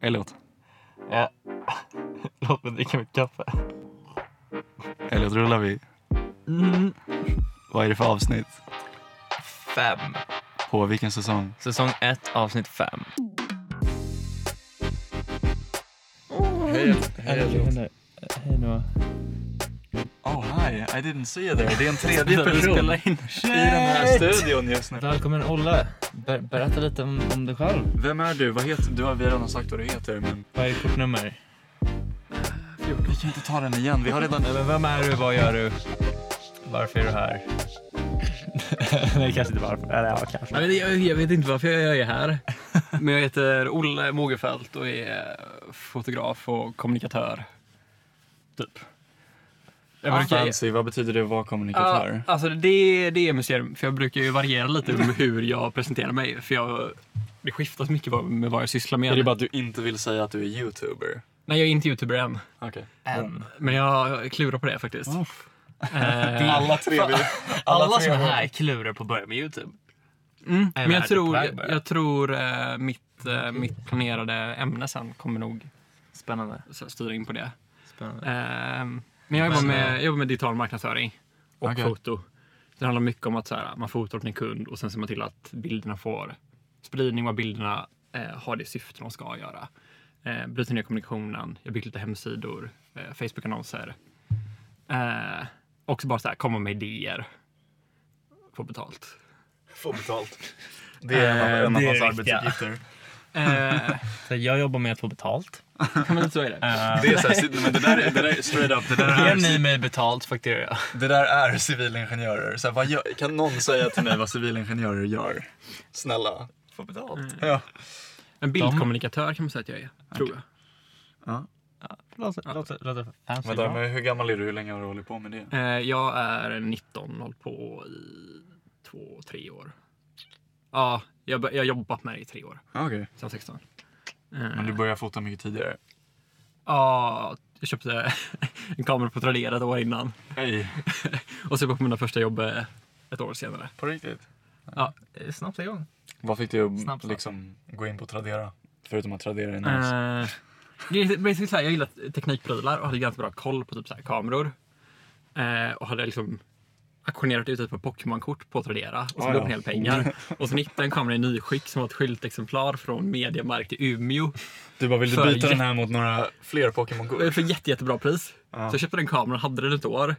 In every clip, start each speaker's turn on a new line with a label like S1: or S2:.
S1: Elliot.
S2: Ja. Låt mig dricka mitt kaffe.
S1: Elliot, rullar vi?
S2: Mm.
S1: Vad är det för avsnitt?
S2: Fem.
S1: På vilken säsong?
S2: Säsong ett, avsnitt fem.
S1: Hej,
S2: Hej Noah.
S1: Oh, hi. I didn't see you there. Det är en tredje
S2: Vi
S1: person i
S2: spelar in.
S1: den här studion just nu.
S2: Välkommen Olle. Ber- berätta lite om, om dig själv.
S1: Vem är du? Vad heter du? Har vi redan sagt vad du heter, men
S2: Vad är ditt kortnummer?
S1: vi kan inte ta den igen. Vi har redan...
S2: Nej, men vem är du? Vad gör du? Varför är du här? Nej, kanske inte varför. Eller ja, kanske.
S3: Nej, men jag, jag vet inte varför jag är här. Men jag heter Olle Mogefält och är eh, fotograf och kommunikatör. Typ. Alltså, Jag brukar-
S1: Fancy, vad betyder det att vara kommunikatör?
S3: Ja, alltså det, det är mysterium, för jag brukar ju variera lite om hur jag presenterar mig. För jag, det skiftar så mycket vad- med vad jag sysslar med.
S1: Är det bara att du inte vill säga att du är youtuber?
S3: Nej, jag är inte youtuber än.
S1: Okej.
S2: En.
S3: Men jag klurar på det faktiskt. Eh,
S1: Alla tre vill...
S2: Alla som är här klurar på att börja med Youtube.
S3: Mm.
S2: Är
S3: Men jag
S2: värd
S3: tror,
S2: att börja.
S3: jag tror eh, mitt, eh, mitt planerade ämne sen kommer nog
S2: Spännande.
S3: så styra in på det.
S2: Spännande.
S3: Ehm, men jag jobbar,
S2: Men,
S3: med, jag jobbar med digital marknadsföring och
S1: Okej.
S3: foto. Det handlar mycket om att så här, man fotar åt en kund och sen ser man till att bilderna får spridning och att bilderna eh, har det syfte de ska göra. Eh, bryter ner kommunikationen, jag bygger lite hemsidor, eh, Facebook-annonser. Eh, också bara så här, komma med idéer. Få betalt.
S1: Få betalt. Det är en av
S2: det är
S1: hans
S2: riktiga.
S1: arbetsuppgifter.
S3: Eh,
S2: Så jag jobbar med att få betalt.
S3: men så är det.
S2: Eh,
S1: Det är så här, men det där, är- det där är straight up, det där
S2: Ger
S1: är
S2: ni mig betalt fakturerar jag.
S1: Det där är civilingenjörer. Så här, vad gör, kan någon säga till mig vad civilingenjörer gör? Snälla. Få betalt. Ja.
S3: En bildkommunikatör kan man säga att jag är, tror jag.
S2: Låter, låter, låter fancy.
S1: Vänta, men hur gammal är du? Hur länge har du hållit på med det?
S3: Eh, jag är 19 och hållit på i två, tre år. Ja, jag bör- jag har jobbat med det i tre år,
S1: Okej.
S3: sen 16.
S1: Men du
S3: Eh,
S1: började fota mycket tidigare?
S3: ja, jag köpte en kamera på Tradera ett år innan
S1: Nej.
S3: och så var jag på mina första jobb eh, ett år senare.
S1: På riktigt?
S2: men... Eh, Snabbt igång.
S1: Vad fick dig att
S2: Snabbt, snabbt.
S1: liksom, gå in på Tradera? Förutom att Tradera är nice.
S3: Eh, det är basically så här, jag gillar teknikprylar och hade ganska bra koll på typ så här kameror. Eh, och hade liksom auktionerat ut ett par Pokémon-kort på Tradera och så
S1: Ah,
S3: blev
S1: ja.
S3: en hel pengar. Och sen hittade jag en kamera i nyskick som var ett skyltexemplar från Mediamarkt i Umeå
S1: Du bara, vill du
S3: för
S1: byta den här mot några fler Pokémon-kort?
S3: för jätte, jättebra pris.
S1: Ah.
S3: Så jag köpte den kameran, hade den ett år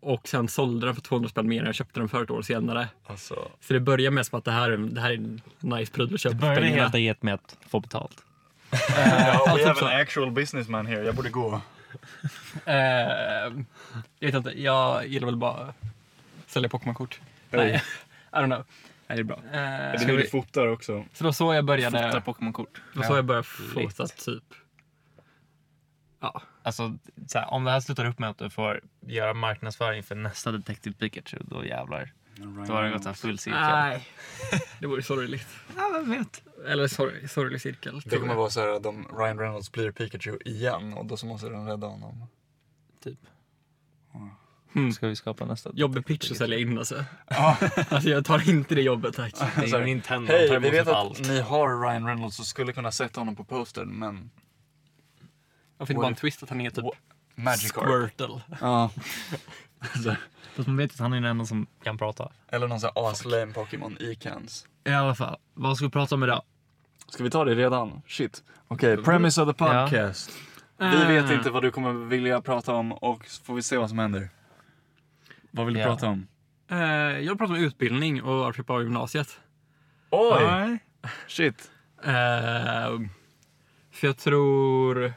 S3: och sen sålde den för 200 spänn mer än jag köpte den för ett år senare.
S1: Alltså,
S3: Så det börjar med som att det här, är- det här är en nice pryl att köpa för
S2: Började
S3: pengarna.
S2: helt enkelt med att få betalt.
S1: ja, we
S3: typ
S1: have
S3: så.
S1: an actual businessman here. Jag borde gå.
S3: Eh, jag vet inte, jag gillar väl bara att sälja Pokémon-kort. Nej, I don't know.
S2: Ja, det är bra.
S3: Eh,
S1: Det är nu du fotar också.
S3: Så det var så jag började,
S2: Fota
S3: det
S2: Pokémon-kort.
S3: var så jag började fota
S2: Flitt.
S3: typ. Ja,
S2: Alltså, så här, om det här slutar upp med att du får göra marknadsföring för nästa Detective Pikachu, då jävlar. Då har det gått en full cirkel.
S3: nej. Det vore sorgligt.
S2: Ja, vem vet.
S3: Eller sorg, sorglig cirkel.
S1: Det kommer vara så här att de- Ryan Reynolds blir Pikachu igen och då så måste de rädda honom.
S2: Typ.
S3: Mm.
S2: Ska vi skapa nästa?
S3: Jobbig pitch att sälja in alltså. alltså jag tar inte det jobbet tack.
S2: Det är ju Nintendo, de
S1: Hej,
S2: tar
S1: vi
S2: emot
S1: vet
S2: typ
S1: att
S2: allt.
S1: ni har Ryan Reynolds och skulle kunna sätta honom på postern men...
S3: Varför inte bara en twist att han är typ
S1: Magikarp.
S3: Squirtle?
S1: Ja.
S2: Fast man vet att han är den enda som kan prata.
S1: Eller någon sån här aslame Pokémon i cans.
S2: I alla fall, vad ska vi prata om idag?
S1: Ska vi ta det redan? Shit. Okej, premise of the
S2: Ja.
S1: podcast. Vi vet inte vad du kommer vilja prata om och så får vi se vad som händer. Vad vill du
S2: Ja.
S1: prata om?
S3: Eh, jag pratar om utbildning och varför jag hoppade av gymnasiet.
S1: Oj! Shit.
S3: Eh, för jag tror...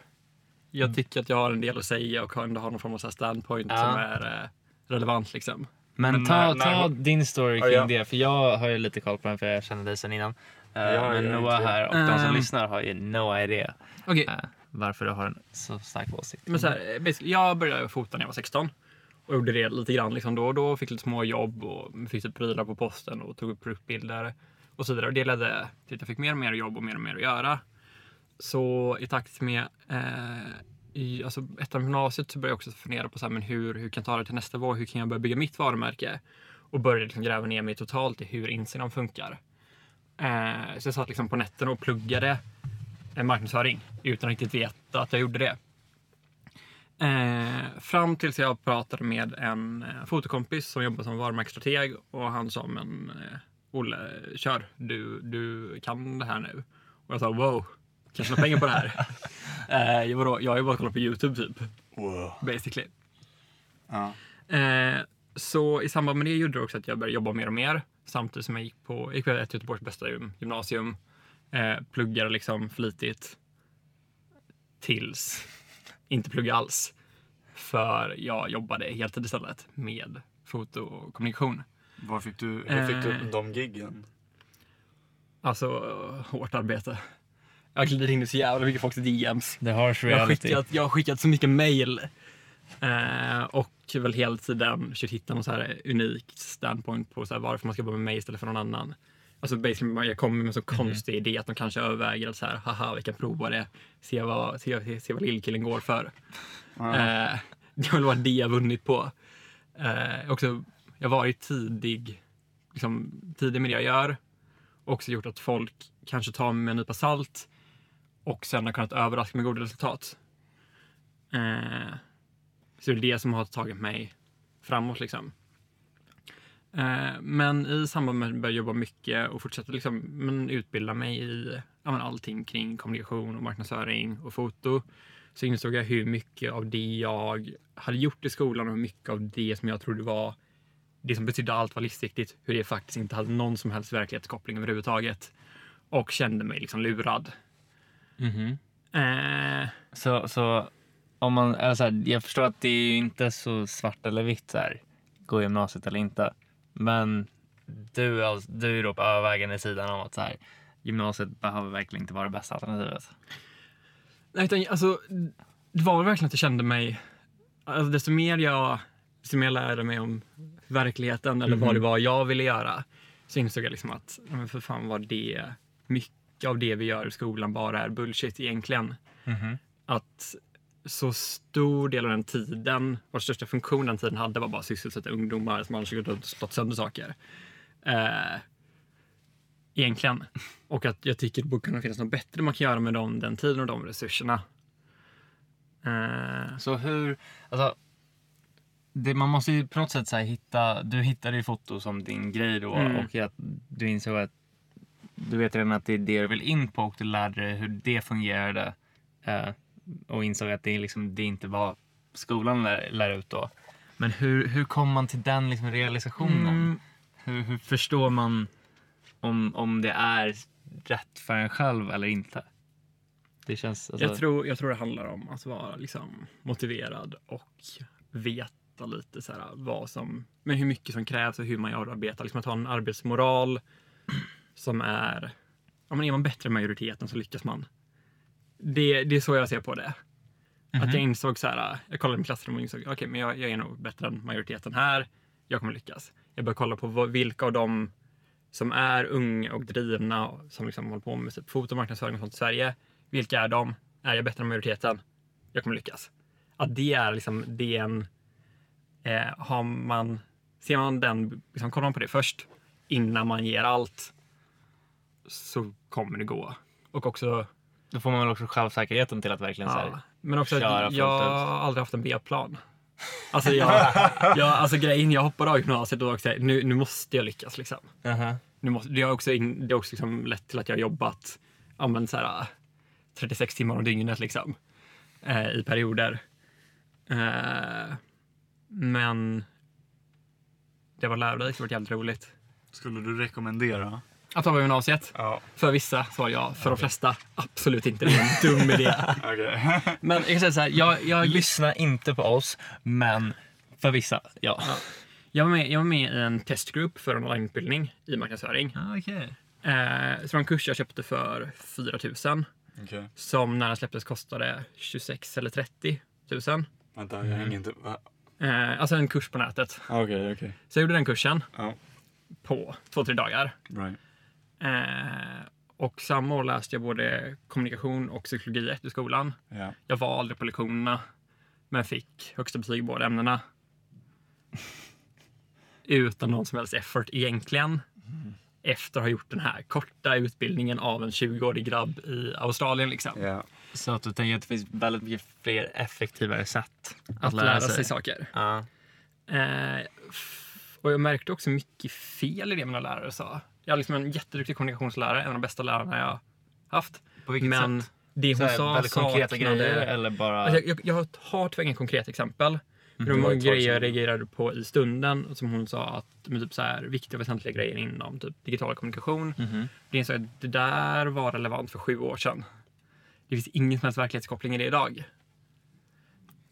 S3: Jag tycker att jag har en del att säga och ändå har någon form av så här standpoint
S2: Ja.
S3: som är eh, relevant. Liksom.
S2: Men,
S1: Men
S2: ta,
S1: när-
S2: ta
S1: när-
S2: din story
S1: Ja,
S2: kring
S1: ja.
S2: det, för jag har ju lite koll på den för jag känner dig sen innan. Eh,
S1: jag har
S2: men
S1: ju
S2: Noah
S1: inte-
S2: här och de som
S3: Ehm.
S2: lyssnar har ju no idea
S3: Okej,
S2: eh, varför du har en så stark åsikt.
S3: men så här, eh, basically, jag började fota när jag var 16 och gjorde det lite grann liksom då och då. Fick lite små jobb och fick typ prylar på posten och tog upp produktbilder och så vidare. Och det ledde till att jag fick mer och mer jobb och mer och mer att göra. Så i takt med eh, i, alltså ettan på gymnasiet så började jag också fundera på så här, men hur, hur kan jag ta det till nästa nivå? Hur kan jag börja bygga mitt varumärke? Och började liksom gräva ner mig totalt i hur Instagram funkar. Eh, så jag satt liksom på nätterna och pluggade eh, marknadsföring utan att riktigt veta att jag gjorde det. Eh, fram tills jag pratade med en eh, fotokompis som jobbar som varumärkesstrateg och han sa men eh, Olle, kör. Du, du kan det här nu. Och jag sa wow, kan jag tjäna pengar på det här? eh, jag, vadå, jag har ju bara kollat på Youtube typ,
S1: Wow.
S3: basically.
S1: Ja.
S3: Eh, så i samband med det gjorde det också att jag började jobba mer och mer samtidigt som jag gick på, gick på ett Göteborgs bästa gym- gymnasium. Eh, pluggade liksom flitigt tills inte plugga alls. För jag jobbade heltid istället med foto och kommunikation.
S1: Var fick du, hur fick
S3: Eh.
S1: du de giggen?
S3: Alltså hårt arbete. Jag glider in i så jävla mycket folks DMs.
S2: The harsh
S3: Jag har,
S2: reality.
S3: skickat, jag har skickat så mycket mejl. Eh, och väl hela tiden försökt hitta någon så här unik standpoint på så här varför man ska jobba med mig istället för någon annan. Alltså basically, man- jag kommer med så konstig idé att de kanske överväger att så här, haha, vi kan prova det. Se vad, se, se, se vad lillkillen går för. Eh, det har väl varit det jag vunnit på. Eh, också, jag har varit tidig, liksom, tidig med det jag gör. Också gjort att folk kanske tar mig med en nypa salt och sen har kunnat överraska med goda resultat. Eh, så det är det som har tagit mig framåt. liksom. Eh, men i samband med att jag började jobba mycket och fortsätta liksom, men utbilda mig i ja, men allting kring kommunikation och marknadsföring och foto så insåg jag hur mycket av det jag hade gjort i skolan och hur mycket av det som jag trodde var det som betydde allt var livsviktigt, hur det faktiskt inte hade någon som helst verklighetskoppling överhuvudtaget. Och kände mig liksom lurad.
S2: Mhm.
S3: Eh,
S2: Så, så om man, eller så här, jag förstår att det är ju inte så svart eller vitt så här, gå gymnasiet eller inte. Men du, är alltså- du är då på övervägande sidan om att så här, gymnasiet behöver verkligen inte vara det bästa alternativet.
S3: Nej, utan, alltså, det var väl verkligen att jag kände mig... Alltså, desto mer jag, desto mer jag lärde mig om verkligheten eller vad det var jag ville göra så insåg jag liksom att ja, men för fan var det... Mycket av det vi gör i skolan bara är bullshit egentligen. Att så stor del av den tiden, vår största funktion den tiden hade var bara att sysselsätta ungdomar som annars gått och slått sönder saker. Eh, egentligen. Och att jag tycker det borde kunna finnas något bättre man kan göra med dem, den tiden och de resurserna. Eh,
S2: Så hur, alltså, det, man måste ju på något sätt så här hitta, du hittade ju foto som din grej då
S3: Mm.
S2: och att du insåg att du vet redan att det är det du vill in på och du lärde dig hur det fungerade eh, och insåg att det, är liksom, det inte var skolan lär, lär ut då. Men hur, hur kom man till den liksom realisationen?
S3: Mm.
S2: Hur, hur förstår man om, om det är rätt för en själv eller inte? Det känns... Alltså,
S3: jag, tror, jag tror det handlar om att vara liksom, motiverad och veta lite så här, vad som, men hur mycket som krävs och hur man arbetar. Liksom att ha en arbetsmoral som är... Ja, men är man bättre än majoriteten så lyckas man. Det, det är så jag ser på det. Att jag insåg så här, jag kollade i mitt klassrum och insåg okej, men jag, jag är nog bättre än majoriteten här. Jag kommer lyckas. Jag började kolla på vad, vilka av dem som är unga och drivna och som liksom håller på med typ foto, marknadsföring och sånt i Sverige. Vilka är de? Är jag bättre än majoriteten? Jag kommer lyckas. Att det är liksom, det är en... Eh, har man, ser man den, liksom, kollar man på det först innan man ger allt så kommer det gå. Och också
S2: Då får man väl också självsäkerheten till att verkligen så här,
S3: Ja, men också
S2: köra
S3: att
S2: fullt
S3: jag
S2: ut.
S3: har aldrig haft en B-plan. Alltså, jag, jag, alltså grejen, jag hoppade av gymnasiet och var också så här, nu, nu måste jag lyckas. Liksom. Nu måste, det har också, in, det har också liksom lett till att jag har jobbat ja, men så här, 36 timmar om dygnet liksom, eh, i perioder. Eh, men det var lärorikt, det var jävligt roligt.
S1: Skulle du rekommendera?
S3: Att hoppa av gymnasiet?
S1: Ja.
S3: För vissa svar ja, för de flesta absolut inte. Det är en dum idé.
S1: Okej.
S3: Men jag kan säga så här, jag, jag
S2: Lyssna inte på oss, men för vissa, ja.
S3: Jag var, med, jag var med i en testgrupp för en onlineutbildning i marknadsföring.
S2: Ah, Okej.
S3: Eh, så det var en kurs jag köpte för 4 000
S1: Okej.
S3: som när den släpptes kostade 26 eller 30 000.
S1: Vänta, jag hänger inte... va?
S3: Eh, alltså en kurs på nätet.
S1: Mm. Ah, Okej, okej.
S3: Så jag gjorde den kursen
S1: Ja,
S3: på två, tre dagar.
S1: right.
S3: Eh, och samma år läste jag både kommunikation och psykologi 1 i skolan.
S1: Ja.
S3: Jag var aldrig på lektionerna, men fick högsta betyg i båda ämnena. Utan någon som helst effort egentligen. efter att ha gjort den här korta utbildningen av en 20-årig grabb i Australien. Liksom.
S1: Ja.
S2: Så att du tänker att det finns väldigt mycket fler effektivare sätt att,
S3: Att lära sig saker.
S2: Ja.
S3: Eh, f- och jag märkte också mycket fel i det mina lärare sa. Jag har liksom en jätteduktig kommunikationslärare, en av de bästa lärarna jag haft.
S2: På vilket
S3: Men
S2: sätt?
S3: det
S2: Så
S3: hon
S2: här,
S3: sa
S2: väldigt konkreta
S3: saknade-
S2: grejer eller bara...
S3: Alltså jag, jag, jag har tyvärr inga konkreta exempel.
S2: Mm,
S3: Men det
S1: Det
S3: var
S1: var
S3: många
S1: ett tag
S3: grejer jag
S1: sedan.
S3: reagerade på i stunden. Som hon sa att men typ så här, viktiga och väsentliga grejer inom typ, digital kommunikation.
S2: Mhm.
S3: Det, är så här, det där var relevant för sju år sedan. Det finns ingen som helst verklighetskoppling i det idag.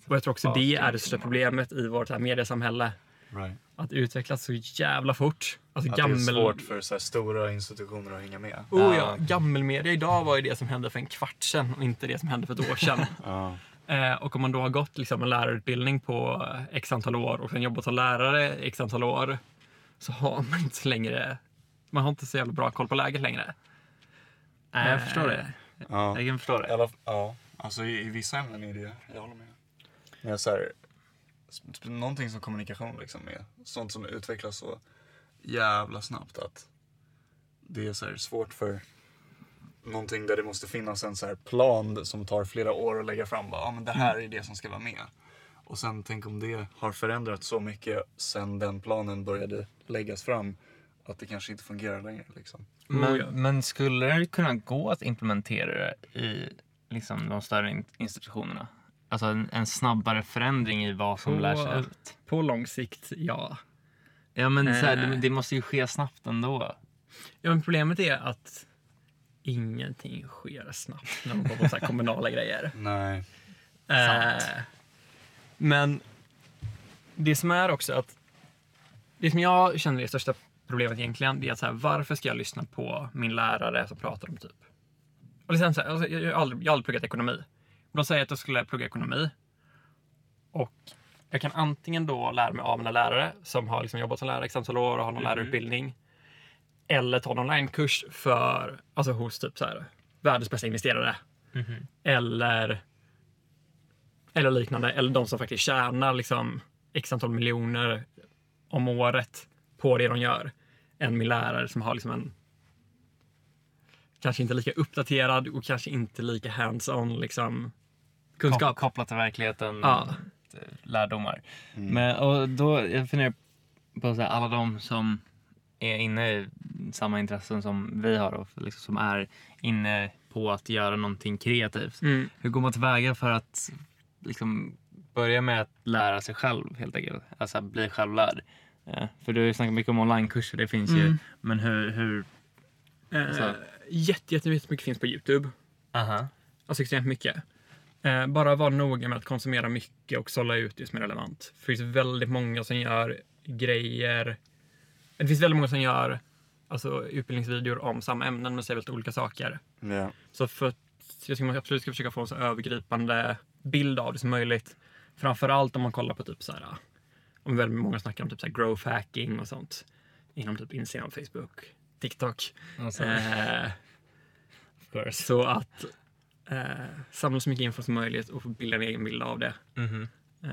S3: Och jag tror också det är det största problemet i vårt här mediesamhälle.
S1: Right.
S3: Att utvecklas så jävla fort. Alltså
S1: Att
S3: gammel...
S1: det är svårt för så här stora institutioner att hänga med.
S3: Oh ja, gammelmedia idag var ju det som hände för en kvart sedan och inte det som hände för ett år sedan.
S1: Ja.
S3: Eh, och om man då har gått liksom, en lärarutbildning på eh, x antal år och sen jobbat som lärare i x antal år så har man inte så längre, man har inte så jävla bra koll på läget längre.
S2: Nej, jag förstår det.
S1: Ja.
S2: Jag kan förstå det.
S1: Alla, ja, alltså i, i vissa ämnen är det, jag håller med. Men så här, sp- sp- någonting som kommunikation liksom är, sånt som utvecklas så jävla snabbt att det är så här svårt för någonting där det måste finnas en så här plan som tar flera år att lägga fram. Bara, ah, men det här är det som ska vara med. Och sen tänk om det har förändrats så mycket sen den planen började läggas fram att det kanske inte fungerar längre. Liksom.
S2: Men,
S3: Oh, ja.
S2: men skulle det kunna gå att implementera det i liksom, de större in- institutionerna? Alltså en, en snabbare förändring i vad som
S3: På-
S2: lärs ut?
S3: På lång sikt, ja.
S2: Ja, men så här, det,
S3: Eh.
S2: det måste ju ske snabbt ändå.
S3: ja men problemet är att ingenting sker snabbt när man går på så här kommunala grejer.
S1: Nej.
S3: Eh, men det som är också att det som jag känner är det största problemet egentligen det är att så här, varför ska jag lyssna på min lärare som pratar om typ och liksom så här, alltså, jag, jag, har aldrig, jag har aldrig pluggat ekonomi. Men de säger att jag skulle plugga ekonomi. Och jag kan antingen då lära mig av mina lärare som har liksom jobbat som lärare i antal år och har någon lärarutbildning. Eller ta en onlinekurs för, alltså hos typ så här, världens bästa investerare. Eller, eller liknande. Eller de som faktiskt tjänar liksom x antal miljoner om året på det de gör. Än min lärare som har liksom en kanske inte lika uppdaterad och kanske inte lika hands-on liksom, kunskap.
S2: Kop- kopplat till verkligheten.
S3: Ja.
S2: lärdomar. Men, och då, jag funderar på så här, alla de som är inne i samma intressen som vi har och liksom, som är inne på att göra någonting kreativt.
S3: Mm.
S2: Hur går man tillväga för att liksom, börja med att lära sig själv helt enkelt? Alltså att bli självlärd. Eh, För du har ju snackat mycket om onlinekurser, det finns ju.
S3: Mm.
S2: Men hur... hur
S3: Eh,
S2: Så.
S3: jätte, jättemycket finns på Youtube.
S2: aha.
S3: Alltså extremt mycket. Eh, bara var noga med att konsumera mycket och sålla ut det som är relevant. För det finns väldigt många som gör grejer. Det finns väldigt många som gör alltså, utbildningsvideor om samma ämnen men säger väldigt olika saker.
S1: Ja.
S3: Så för att jag tycker man absolut ska försöka få en så övergripande bild av det som möjligt. Framförallt om man kollar på typ så här, om väldigt många snackar om typ så här growth hacking och sånt. Inom typ Instagram, Facebook, TikTok.
S2: Alltså,
S3: Eh, så att eh, samla så mycket info som möjligt och få bilda en egen bild av det.
S2: mhm.
S3: Eh,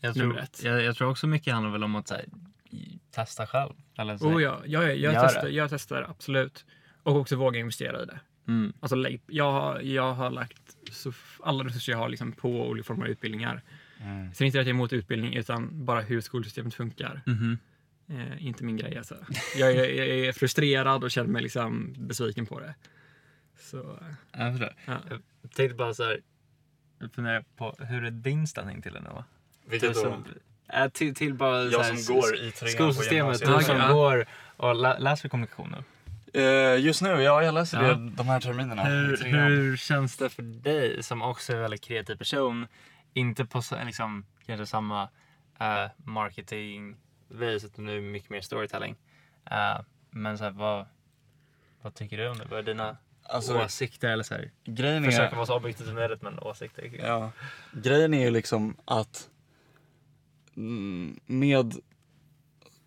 S2: Jag
S3: nummer
S2: tror,
S3: ett.
S2: jag, jag tror också mycket handlar väl om att så här, i- testa själv. Eller så här-
S3: oh, ja, jag, jag, jag,
S2: Gör
S3: testar,
S2: det.
S3: jag testar absolut. Och också våga investera i det.
S2: Mm.
S3: Alltså, lägg- jag, har- jag har lagt så, f- alla resurser jag har liksom, på olika former av utbildningar.
S1: Mm.
S3: Sen inte att jag är emot utbildning utan bara hur skolsystemet funkar.
S2: Mhm.
S3: Eh, inte min grej alltså. Jag är, jag är frustrerad och känner mig liksom besviken på det. Så, eh,
S2: Jag förstår.
S3: Ja.
S2: Jag tänkte bara så här, jag funderar på hur är din ställning till det nu? Va?
S1: Vilket
S2: du
S1: då?
S2: som, äh, till, till bara
S1: Jag
S2: så här,
S1: som
S2: s-
S1: går
S2: s-
S1: i trean på
S2: Skolsystemet,
S1: gymnasiet.
S2: du som
S3: Ja.
S2: går och lä, läser kommunikation nu.
S1: Eh, just nu, ja jag läser
S2: Ja.
S1: det de här terminerna. i
S2: Hur,
S1: trean.
S2: hur känns det för dig som också är en väldigt kreativ person? Inte på så- liksom, kanske samma eh, marketingvis utan nu mycket mer storytelling. Eh, men så här, vad, vad tycker du om det? Vad är dina
S1: Alltså,
S2: åsikter? Eller så här,
S1: grejen,
S2: försöka
S1: är,
S2: vara så objektiv som möjligt men åsikter.
S1: ja, grejen är ju liksom att mm, med...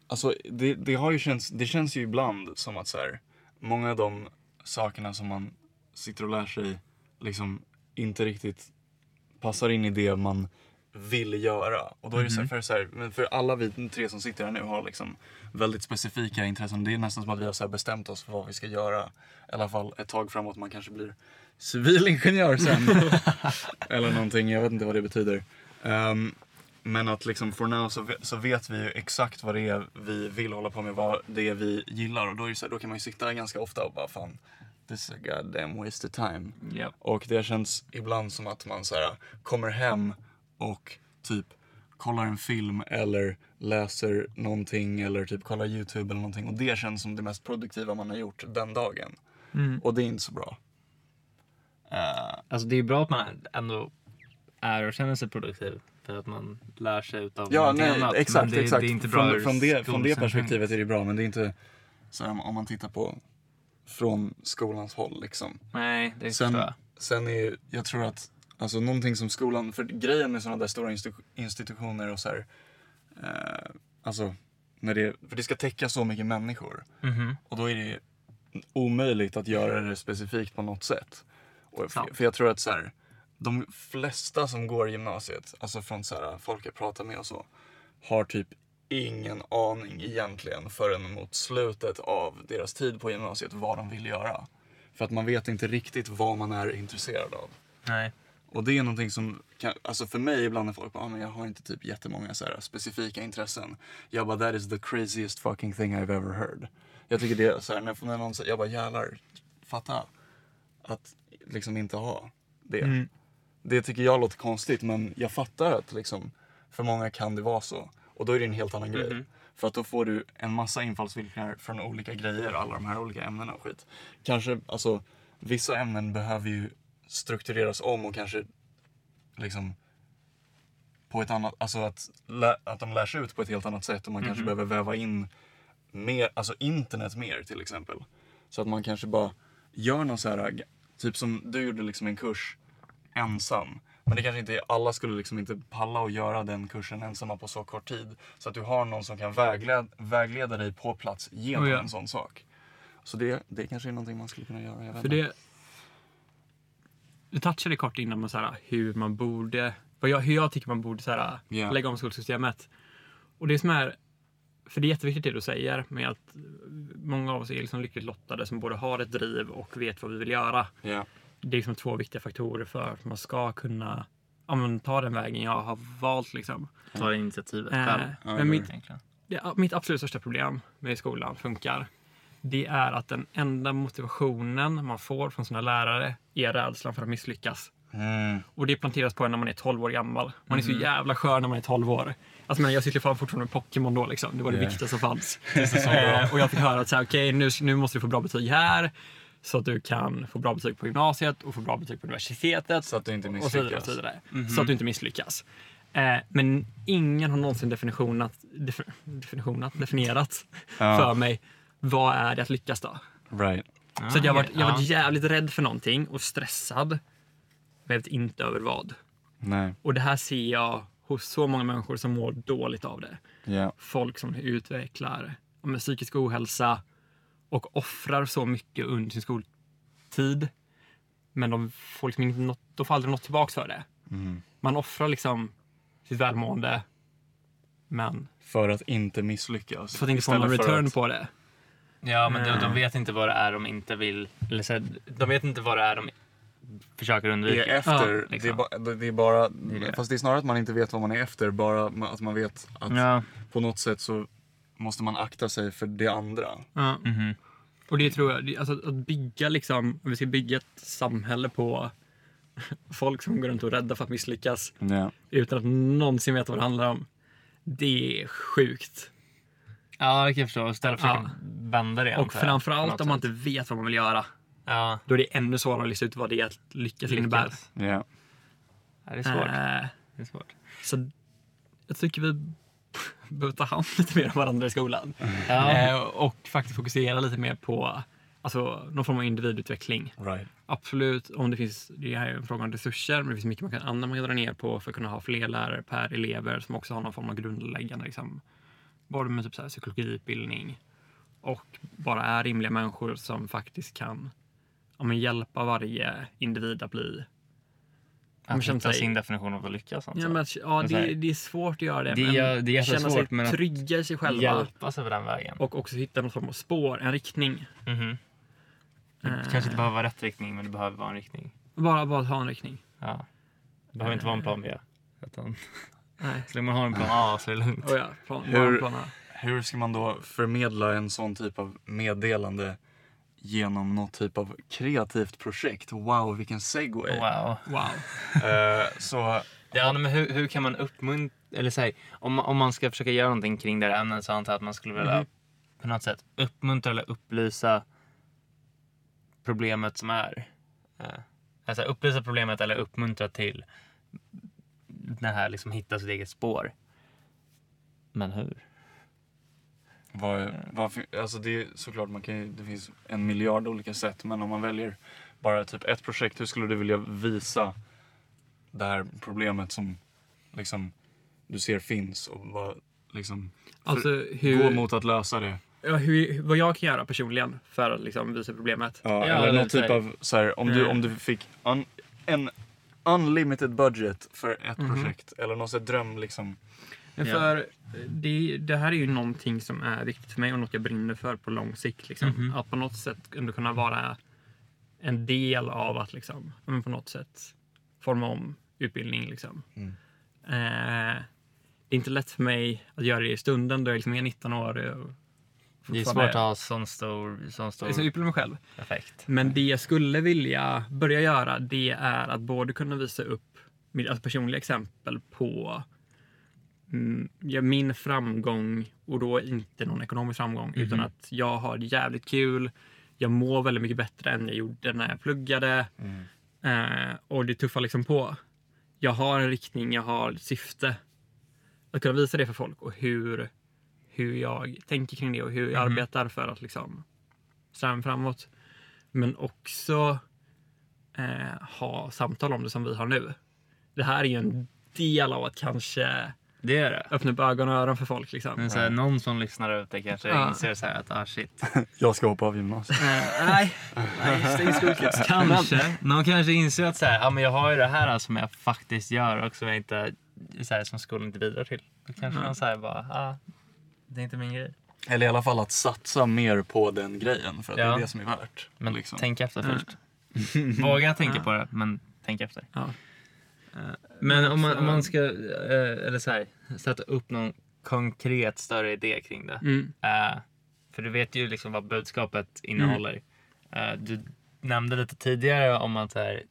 S1: Alltså det, det har ju känns, det känns ju ibland som att så här, många av de sakerna som man sitter och lär sig liksom inte riktigt passar in i det man vill göra. Och då är det så här, för, så här, men för alla vi tre som sitter här nu har liksom väldigt specifika intressen. Det är nästan som att vi har så här bestämt oss för vad vi ska göra. I alla fall ett tag framåt. Man kanske blir civilingenjör sen. Eller någonting, jag vet inte vad det betyder. Ehm, men att liksom for now så, ve- så vet vi ju exakt vad det är vi vill hålla på med, vad det är vi gillar. Och då, är det så här, då kan man ju sitta där ganska ofta och bara fan, this is a goddamn waste of time.
S3: Ja.
S1: Och det känns ibland som att man så här, kommer hem och typ kollar en film eller läser någonting eller typ kollar YouTube eller någonting. Och det känns som det mest produktiva man har gjort den dagen.
S2: Mm.
S1: Och det är inte så bra. Eh,
S2: Alltså det är bra att man ändå är och känner sig produktiv. För att man lär sig utav
S1: Ja,
S2: någonting
S1: nej,
S2: annat. Men
S1: exakt.
S2: det,
S1: exakt.
S2: Det är inte bra ur
S1: från, från, det, från det
S2: skolsynpunkt.
S1: perspektivet är det bra, men det är inte så här, om- om man tittar på från skolans håll. Liksom.
S2: Nej, det
S1: Sen,
S2: förstår jag.
S1: sen är jag tror att alltså, någonting som skolan, för grejen med sådana där stora institu- institutioner och så här, eh, alltså, när det, för det ska täcka så mycket människor.
S2: Mhm.
S1: Och då är det omöjligt att göra det specifikt på något sätt. Och för,
S2: Ja.
S1: för jag tror att så här, de flesta som går i gymnasiet, alltså från så här, folk jag pratar med och så, har typ ingen aning egentligen förrän mot slutet av deras tid på gymnasiet vad de vill göra. För att man vet inte riktigt vad man är intresserad av.
S2: Nej.
S1: Och det är någonting som, kan, alltså för mig ibland när folk bara, ah, men jag har inte typ jättemånga så här specifika intressen. Jag bara, that is the craziest fucking thing I've ever heard. Jag tycker det är så här, när, när någon säger, jag bara jävlar, fatta. Att liksom inte ha det. Det tycker jag låter konstigt men jag fattar att liksom, för många kan det vara så. Och då är det en helt annan grej. För att då får du en massa infallsvinklar från olika grejer, alla de här olika ämnena och skit. Kanske, alltså vissa ämnen behöver ju struktureras om och kanske liksom på ett annat, alltså att, lä, att de lär sig ut på ett helt annat sätt och man
S3: Mhm.
S1: kanske behöver väva in mer, alltså internet mer till exempel. Så att man kanske bara gör någon så här, typ som du gjorde liksom en kurs ensam. Men det kanske inte, alla skulle liksom inte palla att göra den kursen ensamma på så kort tid. Så att du har någon som kan vägleda, vägleda dig på plats genom
S3: Oh ja.
S1: en sån sak. Så det, det kanske är någonting man skulle kunna göra, jag vet
S3: För
S1: inte.
S3: det... Du touchade kort innan med så här, hur man borde... Vad jag, hur jag tycker man borde så här,
S1: Ja.
S3: lägga om skolsystemet. Och det som är... För det är jätteviktigt det du säger med att många av oss är liksom lyckligt lottade som både har ett driv och vet vad vi vill göra.
S1: Ja,
S3: Det är liksom två viktiga faktorer för att man ska kunna ja, men, ta den vägen jag har valt. Liksom.
S2: Ta initiativet
S3: Eh,
S2: själv.
S1: det
S3: men mitt,
S2: egentligen.
S3: det, mitt absolut största problem med skolan funkar, det är att den enda motivationen man får från sina lärare är rädslan för att misslyckas.
S1: Mm.
S3: Och det planteras på en när man är 12 år gammal. Man är så jävla skör när man är 12 år. Alltså, men jag cyklade fan fortfarande med Pokémon då. Liksom. Det var det
S1: Yeah.
S3: viktigaste som fanns. Eh, och jag fick höra att så här, okej, nu, nu måste du få bra betyg här. Så att du kan få bra betyg på gymnasiet och få bra betyg på universitetet.
S1: Så att du inte
S3: Och så vidare, och
S1: misslyckas. Mhm.
S3: så, vidare. så att du inte misslyckas. Eh, men ingen har någonsin definitionat, def, definitionat, definierat
S1: Ja. Ah,
S3: för mig vad är det att lyckas då?
S1: Right.
S3: Så att jag har varit, jag har
S2: ja.
S3: varit jävligt rädd för någonting och stressad. Men jag vet inte över vad.
S1: Nej.
S3: Och det här ser jag hos så många människor som mår dåligt av det.
S1: Ja.
S3: Folk som utvecklar ja, men, psykisk ohälsa och offrar så mycket under sin skoltid. Men de får, liksom inte något, de får aldrig något tillbaka för det. Man offrar liksom sitt välmående men
S1: För att inte misslyckas.
S3: för att inte få någon
S1: Istället för
S3: return
S1: att-
S3: på det.
S2: Ja, men de,
S3: Mm.
S2: de vet inte vad det är de inte vill... Eller så här, de vet inte vad det är de försöker
S1: Det
S2: undvika.
S1: är efter.
S3: Ja,
S1: det, är
S2: liksom.
S1: ba, det är bara...
S2: är det.
S1: Fast det är snarare att man inte vet vad man är efter. Bara ma- att man vet att
S2: Ja.
S1: på något sätt så måste man akta sig för det andra.
S3: Ja. Och det tror jag, det- alltså att bygga liksom, om vi ska bygga ett samhälle på folk som går runt och är rädda för att misslyckas
S1: Ja.
S3: utan att någonsin veta vad det handlar om. Det är sjukt.
S2: ja, det kan jag förstå. Istället för att
S3: Ja.
S2: försöka vända det.
S3: Och
S2: antar jag, på
S3: framförallt
S2: något
S3: om man
S2: sätt.
S3: inte vet vad man vill göra.
S2: Ja,
S3: Då är det ännu svårare att lista ut vad det är att lyckas innebär.
S2: lyckas.
S1: Ja.
S2: Ja, det är svårt.
S3: Eh,
S2: Det är svårt.
S3: så jag tycker vi behöver ta hand lite mer om varandra i skolan.
S2: Ja.
S3: Eh, och faktiskt fokusera lite mer på alltså, någon form av individutveckling.
S1: Right.
S3: Absolut, om det finns, det här är en fråga om resurser, men det finns mycket man kan, annat man kan dra ner på för att kunna ha fler lärare per elever som också har någon form av grundläggande, liksom, både med typ så här psykologiutbildning och bara är rimliga människor som faktiskt kan ja, men hjälpa varje individ att bli men
S2: Att
S3: känna
S2: hitta
S3: sig-
S2: sin definition av att lyckas. antar
S3: Ja,
S2: jag.
S3: men, att- ja,
S2: Men så här-
S3: det, det är svårt att göra det.
S2: Det
S3: men
S2: gör- det är
S3: känna
S2: jättesvårt, men
S3: sig
S2: att-
S3: trygga i sig själva.
S2: Hjälpas över den vägen.
S3: Och också hitta någon form av spår, en riktning.
S2: Mhm. Det
S3: Eh.
S2: kanske inte behöver vara rätt riktning, men det behöver vara en riktning.
S3: Bara, bara ha en riktning.
S2: Ja. Det behöver inte vara en plan B. Utan,
S3: Nej.
S2: så länge man har en plan A så är det lugnt.
S3: Oh, ja, plan,
S1: Hur-
S3: Hur... plana.
S1: Hur ska man då förmedla en sån typ av meddelande genom något typ av kreativt projekt? Wow, vilken segway!
S2: Wow.
S3: Wow.
S1: Eh, så
S2: Ja, men hur, hur kan man uppmuntra... Eller så här, om, man- om man ska försöka göra någonting kring det här ämnet så antar jag att man skulle vilja
S3: Mhm.
S2: på något sätt uppmuntra eller upplysa problemet som är. Eh, Alltså upplysa problemet eller uppmuntra till det här liksom hitta sitt eget spår. Men hur?
S1: Vad, vad, fin- alltså det är såklart, man kan ju, det finns en miljard olika sätt. Men om man väljer bara typ ett projekt, hur skulle du vilja visa det här problemet som liksom, du ser finns och vad, liksom,
S3: Alltså
S1: gå
S3: hur,
S1: mot att lösa det?
S3: ja, hur, vad jag kan göra personligen för att liksom, visa problemet.
S1: Ja,
S2: Ja,
S1: eller
S2: eller
S1: någon typ
S2: så här- Mm.
S1: av, så här, om, du,
S3: Eh.
S1: om du fick un, en unlimited budget för ett
S2: Mhm.
S1: projekt eller någon sån här dröm liksom.
S3: Men
S2: Ja.
S3: för det, det här är ju någonting som är viktigt för mig och något jag brinner för på lång sikt. Liksom.
S2: Mhm.
S3: Att på något sätt ändå kunna vara en del av att liksom, ja, men på något sätt forma om utbildning. Liksom.
S2: Mm.
S3: Eh, det är inte lätt för mig att göra det i stunden då jag liksom är 19 år. Och
S2: Det är
S3: fortfarande-
S2: svårt att ha sån stor, sån stor
S3: Alltså, utbilda mig själv.
S2: effekt.
S3: Men det jag skulle vilja börja göra det är att både kunna visa upp mitt- alltså personliga exempel på mm, ja, min framgång och då inte någon ekonomisk framgång utan att jag har det jävligt kul. Jag mår väldigt mycket bättre än jag gjorde när jag pluggade eh, och det tuffar liksom på. Jag har en riktning, jag har ett syfte. Att kunna visa det för folk och hur, hur jag tänker kring det och hur jag arbetar för att liksom sträva framåt. Men också eh, ha samtal om det som vi har nu. Det här är ju en del av att kanske
S2: Det är det.
S3: öppna upp ögon och öron för folk. Liksom.
S2: Men så här, någon som lyssnar där ute kanske
S3: Ja.
S2: inser så här att ah shit.
S1: Jag ska hoppa av gymnasiet.
S3: Eh, nej, nej, just det, just det.
S2: Kanske. Någon kanske inser att så här, ja, men jag har ju det här alltså som jag faktiskt gör och som, jag inte, så här, som skolan inte bidrar till. Då kanske någon säger bara, ah, det är inte min grej.
S1: Eller i alla fall att satsa mer på den grejen för att det
S2: Ja.
S1: är det som är värt.
S2: Men
S1: liksom.
S2: tänk efter först. Våga tänka på det, men tänk efter.
S3: Ja.
S2: Men om man,
S3: så-
S2: om man ska eh, eller så här, sätta upp någon konkret större idé kring det.
S3: Mm.
S2: Eh, för du vet ju liksom vad budskapet
S1: Mm.
S2: innehåller. Eh, du nämnde lite tidigare om att så här,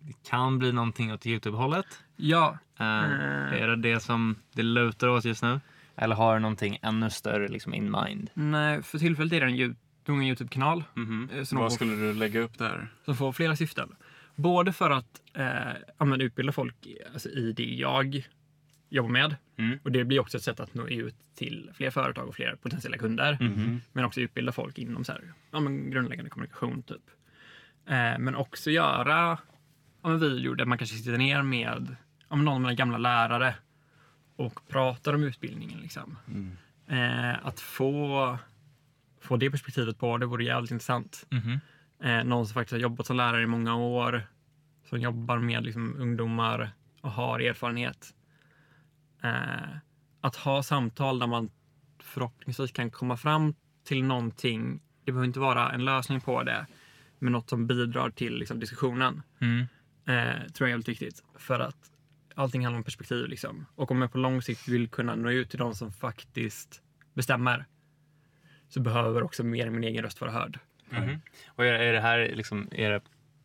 S2: det kan bli någonting åt Youtube-hållet.
S3: Ja,
S2: Eh,
S3: Mm.
S2: Är det det som det lutar åt just nu? Eller har du någonting ännu större liksom, in mind?
S3: nej, för tillfället är det en ljud- ung Youtube-kanal
S2: Mhm.
S3: eh, som,
S1: Vad
S3: får,
S1: skulle du lägga upp där?
S3: som får flera syften. Både för att eh, ja, men utbilda folk i- alltså, i det jag jobbar med.
S2: Mm.
S3: Och det blir också ett sätt att nå ut till fler företag och fler potentiella kunder. Men också utbilda folk inom så här, ja, men grundläggande kommunikation. typ. Eh, men också göra ja, men videor där man kanske sitter ner med ja, men någon av mina gamla lärare och pratar om utbildningen. Liksom. Eh, att få, få det perspektivet på det vore jävligt intressant.
S2: Mhm.
S3: Eh, någon som faktiskt har jobbat som lärare i många år, som jobbar med liksom, ungdomar och har erfarenhet. Eh, att ha samtal där man förhoppningsvis kan komma fram till någonting. Det behöver inte vara en lösning på det, men något som bidrar till liksom, diskussionen.
S2: Mm.
S3: Eh, tror jag är jävligt viktigt. För att allting handlar om perspektiv. Liksom. Och om jag på lång sikt vill kunna nå ut till de som faktiskt bestämmer så behöver också mer än min egen röst vara hörd.
S2: Och är, är det här liksom, är det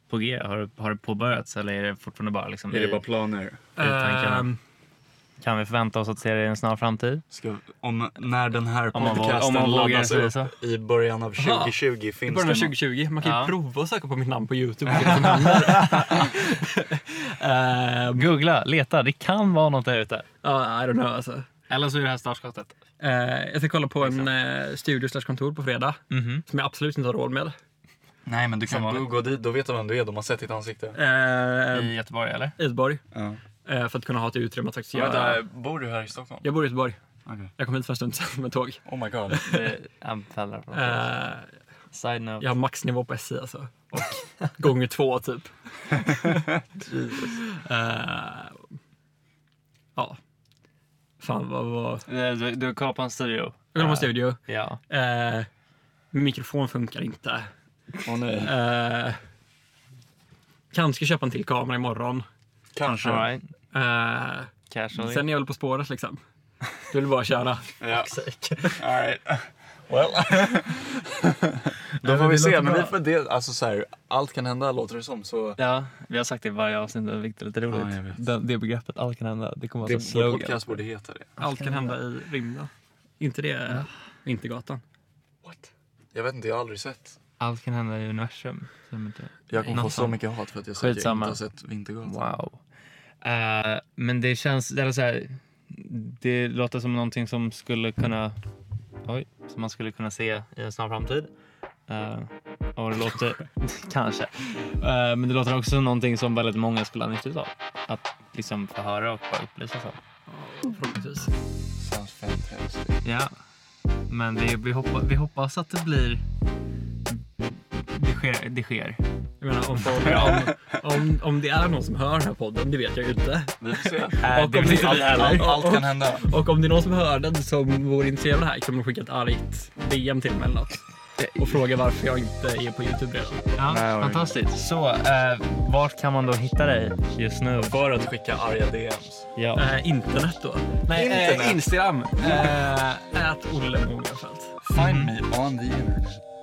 S2: på G? Har, det- har det påbörjats eller är det fortfarande bara, liksom,
S1: Är det
S2: i-
S1: bara planer?
S2: tankarna.
S3: Ehm,
S2: Kan vi förvänta oss att se det i en snar framtid?
S1: Ska, om, när den här
S2: Om man vå- om
S1: podcasten
S2: man vågar
S1: laddas
S2: säga
S1: upp
S2: så.
S1: i början av
S3: Aha.
S1: 2020
S3: I
S1: finns
S3: början av
S1: det någon-
S3: 2020. Man kan ju
S2: Ja.
S3: prova att söka på mitt namn på Youtube och se vad som händer. Ehm,
S2: Googla, leta, det kan vara något där ute.
S3: ja, I don't know alltså.
S2: Eller så är det här startskottet.
S3: Eh, jag ska kolla på en eh, studio slash kontor på fredag
S1: Mhm.
S3: som jag absolut inte har råd med.
S1: Nej men du kan
S2: Som vanligt.
S1: gå dit, då vet de vem du är, de har sett ditt ansikte.
S3: Uh,
S2: I Göteborg eller?
S3: Göteborg.
S1: Ja.
S3: eh, för att kunna ha ett utrymme att faktiskt
S1: Så vänta,
S3: göra.
S1: bor du här i Stockholm?
S3: Jag bor i Göteborg.
S1: Okej.
S3: Jag kom hit för en stund sedan med tåg.
S1: Oh my god.
S2: Det anfaller på
S3: Eh,
S2: Side note.
S3: Jag har maxnivå på SI alltså. Och gånger två typ. Eh, ja. Fan vad... vad...
S2: Eh, Du, du kapar en studio.
S3: Jag vill ha en
S2: Eh,
S3: studio.
S2: Ja.
S3: Eh, min mikrofon funkar inte.
S1: Åh nej.
S3: Eh, kanske köpa en till kamera imorgon.
S1: Kanske.
S2: All right.
S3: Eh,
S2: Casually.
S3: sen är jag väl på spåret liksom. Du vill bara köra.
S1: Ja.
S3: Sake.
S1: All right. Well. Då får
S3: men
S1: vi
S3: det
S1: se.
S3: låter
S1: Men det,
S3: bra.
S1: är för det, alltså, så här, allt kan hända låter det som. Så
S2: Ja, vi har sagt det i varje avsnitt, vilket är lite
S1: Ja,
S2: roligt.
S1: jag vet.
S2: det, det begreppet, allt kan hända, det kommer vara
S1: det,
S2: en
S1: alltså, vår
S2: slogan.
S1: podcast borde heta det.
S3: Allt kan hända i rymden. Inte det eh, Vintergatan.
S1: What? Jag vet inte, jag har aldrig sett.
S2: Allt kan hända i universum. typ. som inte-
S1: Jag kommer få
S2: Något
S1: så
S2: sånt.
S1: mycket hat för att jag säger att jag
S2: Skitsamma.
S1: inte har sett Vintergatan.
S2: Wow. Eh, men det känns, eller så här, det låter som någonting som skulle kunna, oj, som man skulle kunna se i en snar framtid. Eh, och det låter, kanske. Eh, men det låter också som någonting som väldigt många skulle ha nytta av. Att liksom få höra och bara upplysas av.
S3: Ja, Förhoppningsvis.
S1: Sounds fantastic.
S2: Ja, men vi, vi, hoppa, vi hoppas att det blir, det sker. Det sker.
S3: Jag menar om, folk, om, om, om det är någon som hör den här podden, det vet jag ju inte.
S1: Vi får se.
S2: Eh, det
S3: om
S2: blir
S3: inte
S2: allt-
S3: vi
S1: Allt,
S3: heller.
S1: allt kan hända.
S3: Och om det är någon som hör den som vore intresserad av det här kan man skicka ett argt DM till mig eller något. Och fråga varför jag inte är på Youtube redan.
S2: Ja,
S1: Nej, oj.
S2: fantastiskt. Så, eh, vart kan man då hitta dig just nu?
S1: För att skicka arga DMs.
S2: Ja.
S3: Eh, internet då? Nej,
S1: Internet.
S3: Eh, Instagram. Eh, ät Olle Mogenfeldt.
S1: Find me on the internet.